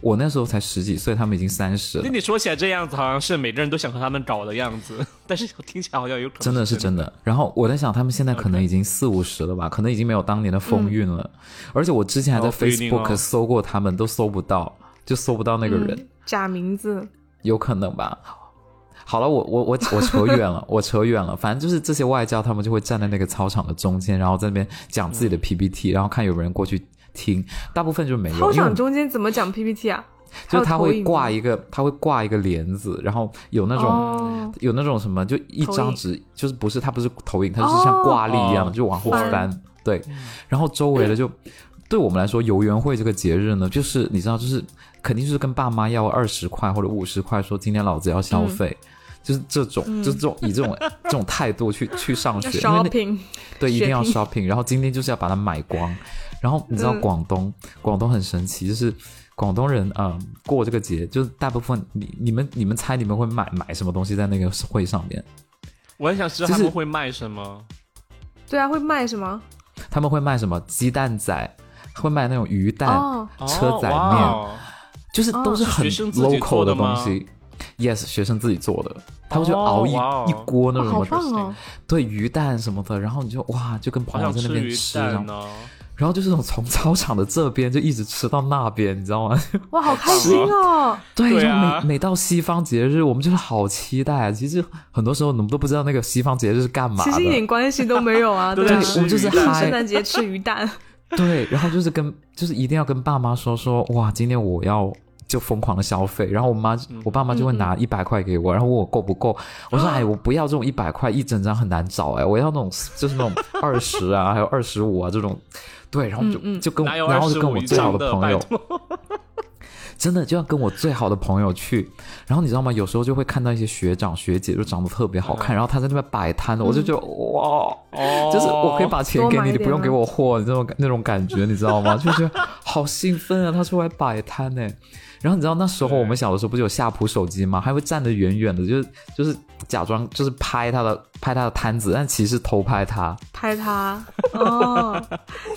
我那时候才十几岁，他们已经三十了
那，你说起来这样子，好像是每个人都想和他们搞的样 子，但是听起来好像有可能
真的是真的。然后我在想，他们现在可能已经四五十了吧，可能已经没有当年的
嗯
风韵了。而且我之前还在
哦不一定哦
Facebook 搜过他们，都搜不到，就搜不到那个人，
嗯假名字，
有可能吧。好了，我我我我扯远了，我扯远了。反正就是这些外教，他们就会站在那个操场的中间，然后在那边讲自己
嗯
的 PPT，、然后看有没有人过去听。大部分就没有，因为
操
我
场
们
中间怎么讲 PPT 啊？还
就
有
他
投
会
影
挂
吗
一个，他会挂一个帘子，然后有那种、
哦
有那种什么，就一
投
张
影
纸，就是不是它不是投影，它就是像挂历一样，
哦
就往后
翻
翻。对，然后周围的就对我们来说，游园会这个节日呢，就是你知道，就是肯定就是跟爸妈要二十块或者五十块，说今天老子要
嗯
消费。就是这种，就是这种以这种 这种态度去去上学，因为那
，shopping
对，一定要
shopping
shopping。然后今天就是要把它买光。然后你知道
嗯
广东，广东很神奇，就是广东人，嗯、过这个节，就是大部分你你们你们猜你们会买买什么东西在那个会上面？
我很想知道
就
他
是
们会卖什么。
对啊，会卖什么？
他们会卖什么鸡蛋仔，会卖那种鱼蛋、
哦
车仔面，
哦哇哦
就是都是很
是学生自己
local
做的
东
吗
西。yes，学生自己做的，他们就
哦
熬一、
哇哦
一锅那
哇，
种
好
什么、
棒哦！
对鱼蛋什么的，然后你就哇，就跟
好
朋友
想
在那
吃
边
鱼
吃，然
蛋
后
哦，
然后就是那种从操场的这边就一直吃到那边，你知道吗？
哇，好开心哦！
对，
对
就
啊
每每到西方节日，我们就是好期待啊。其实很多时候我们都不知道那个西方节日是干嘛
其实一
的，
点关系都没有 啊，
都
对
在
啊，
吃
我们就是
鱼蛋
嗨
圣诞节吃鱼蛋，
对。然后就是跟就是一定要跟爸妈说说，哇，今天我要就疯狂的消费，然后我妈
嗯
我爸妈就会拿一百块给我，然后问我够不够，我 说哎我不要这种一百块一整张很难找哎，我要那种就是那种二十啊，还有二十五啊这种，对，然后就、就跟
嗯
我
哪有
然后就
25
跟我
一
最好
张的
朋友
拜，托
真的就要跟我最好的朋友去，然后你知道吗？有时候就会看到一些学长学姐就长得特别好看，然后他在那边摆摊了，我就觉得哇，
哦
就是我可以把钱给
多买
你，
一
你
点
不用
啊
给我货，那种那种感觉，你知道吗？就觉得好兴奋啊！他出来摆摊呢，欸然后你知道那时候
对
我们小的时候不是有下铺手机吗？还会站得远远的，就是就是假装就是拍他的拍他的摊子，但其实偷拍他。
拍他。哦，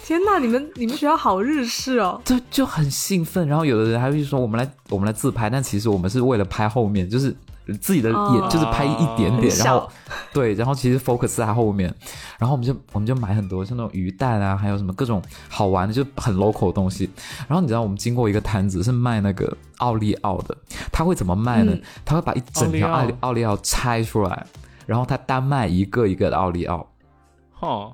天哪，你们你们学校好日式哦。
这就很兴奋。然后有的人还会说我们来我们来自拍，但其实我们是为了拍后面，就是自己的眼、
哦
就是拍一点点，
很
然后
小
对，然后其实 focus 在后面，然后我们就我们就买很多像那种鱼蛋啊，还有什么各种好玩的，就很 local 的东西。然后你知道我们经过一个摊子是卖那个奥利奥的，他会怎么卖
嗯
呢？他会把一整条
奥
奥
利
利
奥
奥利奥拆出来，然后他单卖一个一个的奥利奥。
哦，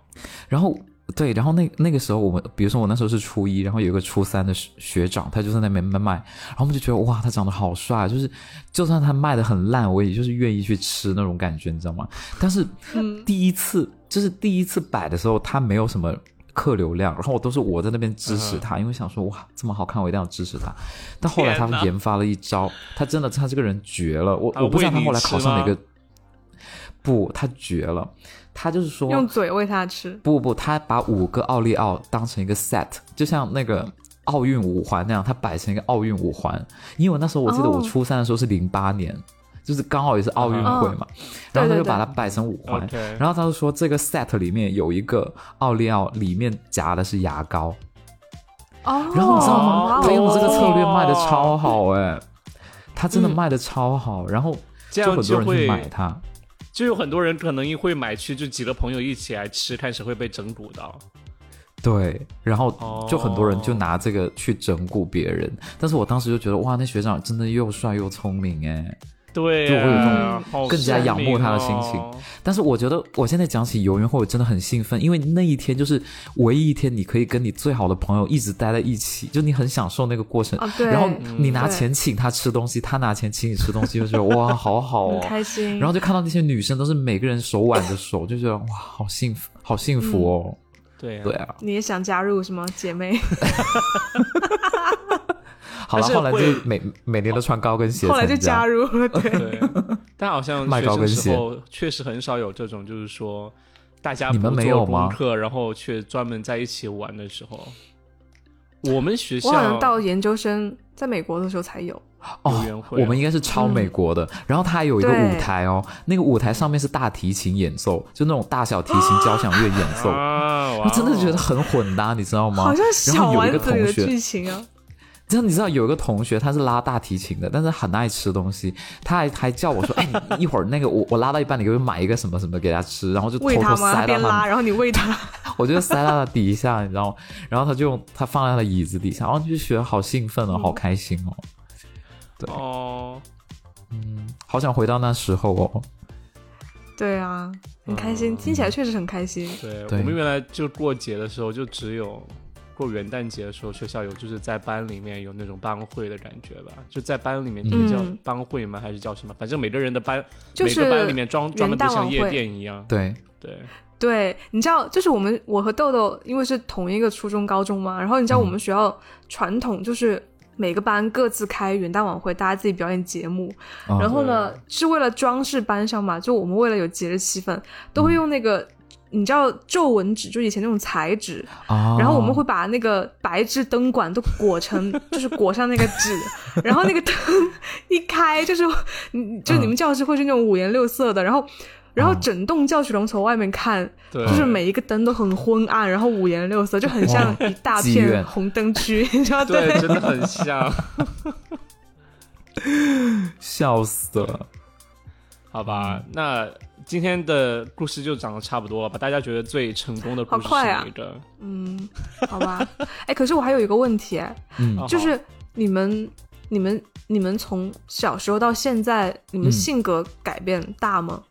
然后对，然后那那个时候我们，比如说我那时候是初一，然后有一个初三的学学长，他就在那边卖，然后我们就觉得哇，他长得好帅，就是就算他卖的很烂，我也就是愿意去吃那种感觉，你知道吗？但是
嗯
嗯
第一次、就是第一次摆的时候，他没有什么。客流量，然后我都是我在那边支持他，因为想说哇这么好看，我一定要支持他。但后来他
嗯天哪
研发了一招，他真的他这个人绝了，我
他
我不知道
喂
他
你
后来
吃
考上哪
吗
个，不他绝了，他就是说
用嘴喂它吃，
不不，他把五个奥利奥当成一个 set，就像那个奥运五环那样，他摆成一个奥运五环。因为我那时候我记得我
哦
初三的时候是零八年，就是刚好也是奥运会嘛，然后他
对
就
对
把它摆成五环。
OK
然后他就说这个 set 里面有一个奥利奥，里面夹的是牙膏。
哦，
然后你知道
哇
吗？
哦
他用这个策略
哦
卖的超好哎、他真的
嗯
卖的超好，然后
这
就
样
很多人
就
去
会
买它。
就有很多人可能一会买去，就几个朋友一起来吃，看谁会被整蛊到。
对，然
哦
后就很多人就拿这个去整蛊别人，但是我当时就觉得哇，那学长真的又帅又聪明哎！
对
就会有一
啊，
种
好
更加仰慕他的心
神
情
明哦
但是我觉得我现在讲起游园会，我真的很兴奋，因为那一天就是唯一一天你可以跟你最好的朋友一直待在一起，就你很享受那个过程。
啊，对，
然后你拿
对
钱请他吃东西，他拿钱请你吃东西，就觉得哇，好好
很
哦。
开心。
然后就看到那些女生都是每个人手挽着手，就觉得哇，好幸福，好幸福哦。
对
嗯
啊
对啊，
你也想加入什么姐妹？
好
但
了，
是
后来就
会
每每年都穿高跟鞋参加，哦
后来就加入了，对，
对， 但好像
卖
学
高
生
跟
时
鞋
候确实很少有这种，就是说大家
你
不
们没
做
有吗
功课，然后却专门在一起玩的时候。我们学校
我好像到研究生在美国的时候才有。
游园会啊
哦我们应该是抄美国的。然后它还有一个舞台哦，那个舞台上面是大提琴演奏，就那种大小提琴交响乐演奏。
啊，哇
我真的觉得
哦
很混搭，你知道吗？
好像
然
小
后有一
丸
个
子里
同
的
学，
剧情啊，
这样你知道有一个同学他是拉大提琴的，但是很爱吃东西，他还还叫我说：“哎，你一会儿那个我我拉到一半，你给我买一个什么什么给他吃。”然后就偷
喂
偷
他吗？他
塞到
边拉，
他，
然后你喂他，
我就塞到他底下，你知道吗？然后他就用他放在他的椅子底下，然后就觉得好兴奋哦，好开心哦，
哦，
好想回到那时候哦。
对啊，很开
嗯
心，听起来确实很开心。
对，
对
我们原来就过节的时候，就只有过元旦节的时候，学校有就是在班里面有那种班会的感觉吧，就在班里面，这个叫
嗯
班会吗？还是叫什么？反正每个人的班，
就
每
是
个班里面装专门都
元旦
像
晚
夜
会
店一样，
对，
对，
对，你知道，就是我们我和豆豆，因为是同一个初中、高中嘛，然后你知道我
嗯
们学校传统就是每个班各自开元旦晚会，大家自己表演节目，
啊
嗯
然后呢是为了装饰班上嘛，就我们为了有节日气氛，都
嗯
会用那个。你知道皱纹纸，就以前那种彩纸，
啊，
然后我们
哦
会把那个白炽灯管都 裹成，就是裹上那个纸，然后那个灯一开，就是你就你们教室会是那种五颜六色的，然后然后
嗯
整栋教学楼从外面看，
对哦
就是每一个灯都很昏暗，然后五颜六色，就很像一大
妓院
片红灯区，你知道
对，
对
真的很像。
笑死了。
好吧，那今天的故事就讲的差不多了吧？大家觉得最成功的故事是
好快啊
哪一个？
嗯，好吧。哎，可是我还有一个问题，哎
哦
嗯，
就是你们、你们、你们从小时候到
嗯
现在，你们
嗯
性格改变大吗？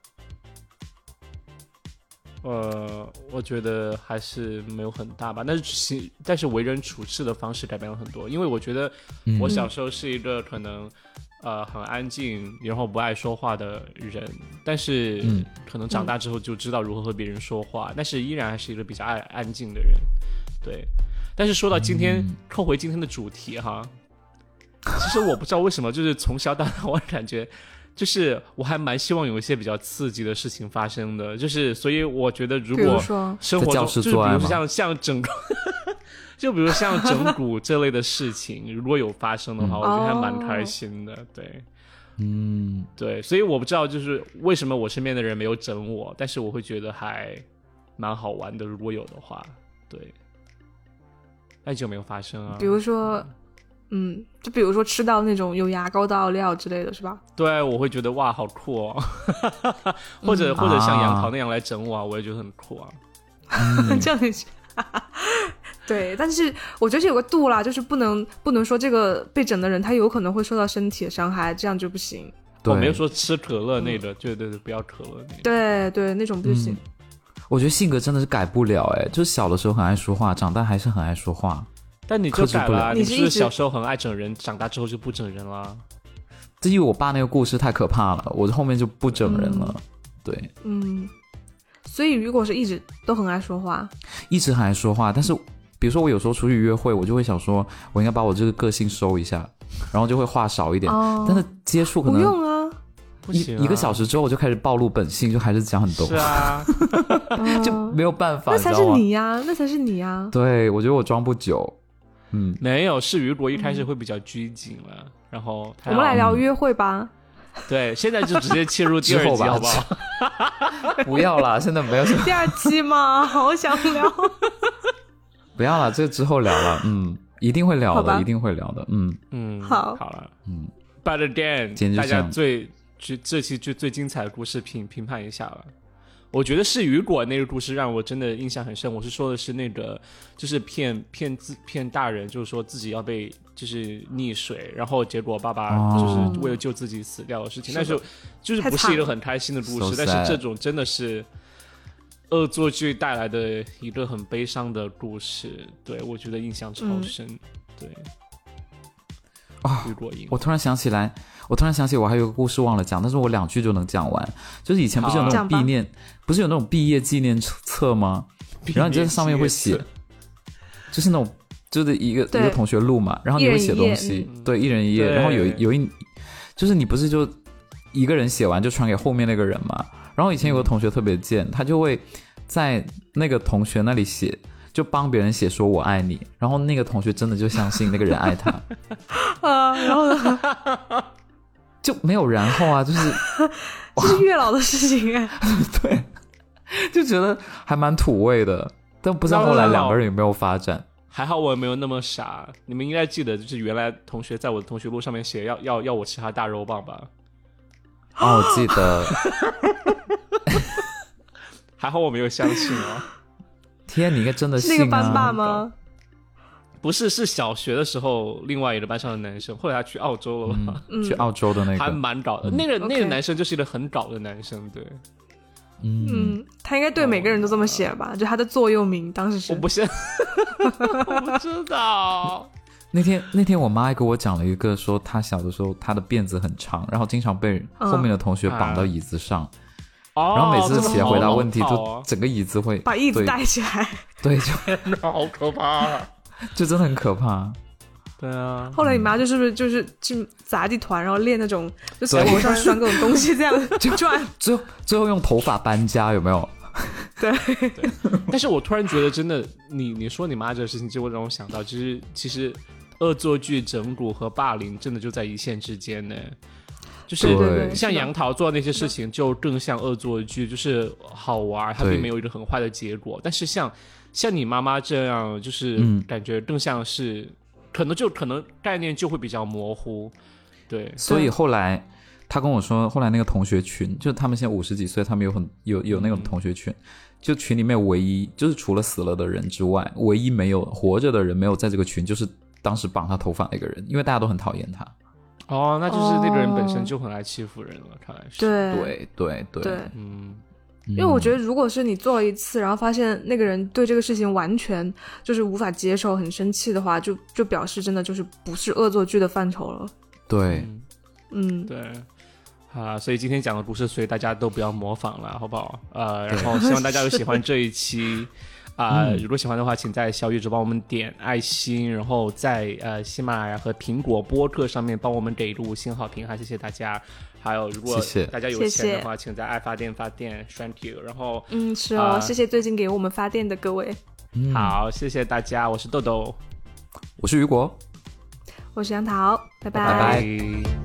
呃，我觉得还是没有很大吧，但是其但是为人处事的方式改变了很多，因为我觉得我小时候是一个可能、呃很安静，然后不爱说话的人，但是
嗯
可能长大之后就知道如何和别人说话，但是依然还是一个比较爱安静的人，对。但是说到今天，扣回今天的主题哈，其实我不知道为什么，就是从小到大，我感觉就是我还蛮希望有一些比较刺激的事情发生的，就是所以我觉得如
比如
果
说，
生活中
在教室
就是比
做爱
如
吗
像像整个， 就比如像整蛊这类的事情，如果有发生的话，我觉得还蛮开心的。对
嗯，
对，所以我不知道就是为什么我身边的人没有整我，但是我会觉得还蛮好玩的，如果有的话，对。但就没有发生啊。
比如说，嗯，就比如说吃到那种有牙膏的奥利奥之类的是吧？
对，我会觉得哇，好酷哦， 或
嗯
者、或者像杨桃那样来整我啊，我也觉得很酷啊。
嗯
这样子。对，但是我觉得是有个度啦，就是不能不能说这个被整的人他有可能会受到身体的伤害，这样就不行。
对，嗯
我哦没有说吃可乐那个，对对对，不要可乐那个。
对对，那种不行。
我觉得性格真的是改不了，哎，就是小的时候很爱说话，长大还是很爱说话，
但你就
克制
改
不
了
了
啊，
你
你
是
不
一
是
直
小时候很爱整人，长大之后就不整人啦。
这因为我爸那个故事太可怕了，我后面就不整人了。对，
嗯，所以如果是一直都很爱说话，
一直很爱说话，但是比如说我有时候出去约会，我就会想说，我应该把我这个个性收一下，然后就会话少一点。啊
哦
但是接触可
不
能
用啊，
不
一、
行、啊，
一个小时之后，我就开始暴露本性，就还是讲很多
是， 啊，
嗯
就没有办法，你
那
知
才是
道吗？
你呀、那才是你呀、
对，我觉得我装不久。嗯，
没有是雨果一开始会比较拘谨了，然后他
我们来
要
聊约会吧。
对，现在就直接切入第
之
二
后
集
吧
好不好？
不要啦，现在没有什 么，
第二期嘛，好想聊。
不要啦，这个之后聊了。嗯，一定会聊
好吧
的，一定会聊的。嗯，
嗯，
好
好了，
嗯
，But again，
简直
大家
像
最这这期最最精彩的故事评评判一下了。我觉得是雨果那个故事让我真的印象很深。我是说的是那个，就是骗骗自骗大人，就是说自己要被就是溺水，然后结果爸爸
哦
就是为了救自己死掉的事情。
是
但
的
是就是
太
不是
惨
一个很开心的故
So
事，但是
sad
这种真的是恶作剧带来的一个很悲伤的故事。对我觉得印象超
嗯
深。对，
啊
雨果赢。
我突然想起来，我突然想起我还有个故事忘了讲，但是我两句就能讲完。就是以前不是有那
好啊
种毕念，不是有那种毕业纪念册吗？然后你在上面会写，就是那种就是一个
对
一个同学录嘛，然后你会写东
一人一
西
页嗯，
对，一人一页，
对
然后有有一就是你不是就一个人写完就传给后面那个人嘛？然后以前有个同学特别贱，他就会在那个同学那里写。就帮别人写说我爱你，然后那个同学真的就相信那个人爱他，
啊，然后呢，
就没有然后啊，就是
这 是月老的事情哎。
对，就觉得还蛮土味的。但不知道后来两个人有没有发展。
还好我没有那么傻。你们应该记得，就是原来同学在我的同学录上面写要要要我吃他大肉棒吧？
哦，我记得，
还好我没有相信哦。
天，你应该真的
是
信
那
啊！
个班霸吗？
不是，是小学的时候，另外一个班上的男生，后来他去澳洲了吧？
嗯
去，澳洲的那
还
个，
蛮搞的，那个那个
OK
男生就是一个很搞的男生，对，
嗯，
嗯，他应该对每个人都这么写吧？就他的座右铭当时是
我不信， 我不知道，
那天那天我妈还给我讲了一个，说她小的时候她的辫子很长，然后经常被
嗯
后面的同学绑到椅子上，
哎哦，
然后每次
这个
写
好
回答问题
老套
都
哦
整个椅子会
把椅子带起来。
对，对，就
好可怕啊，
就真的很可 怕。
对啊，
后来你妈就是不是就是去杂技团，然后练那种就从
对
楼上拴各种东西这样转？
最后最后用头发搬家有没有？
对，
但是我突然觉得，真的，你你说你妈这个事情，就会让我想到，其实其实恶作剧、整蛊和霸凌，真的就在一线之间呢。就是
对对对
像
是的
杨桃做的那些事情，就更像恶作剧，就是好玩儿，它
对
并没有一个很坏的结果。但是像像你妈妈这样，就是
嗯
感觉更像是，可能就可能概念就会比较模糊。对，
所以后来他跟我说，后来那个同学群，就他们现在五十几岁，他们有很有有那
嗯
种同学群，就群里面唯一就是除了死了的人之外，唯一没有活着的人没有在这个群，就是当时绑他头发那个人，因为大家都很讨厌他。
哦，那就是那个人本身
哦
就很爱欺负人了，看来是。，
对
对对对
对，
嗯，
因为我觉得，如果是你做了一次，然后发现那个人对这个事情完全就是无法接受，很生气的话，就就表示真的就是不是恶作剧的范畴了。
对，
嗯，
对，好啦，所以今天讲的故事，所以大家都不要模仿了，好不好？呃，然后希望大家有喜欢这一 期。啊、
嗯
如果喜欢的话，请在小宇宙帮我们点爱心，然后在呃喜马拉雅和苹果播客上面帮我们给一个五星好评哈，谢谢大家。还有，如果
谢谢
大家有
谢
钱的
谢
话，请在爱发电发电，thank you。然后，
嗯，是哦，
啊
谢谢最近给我们发电的各位，
嗯
好，谢谢大家，我是豆豆，
我是雨果。
我是杨桃，
拜拜
拜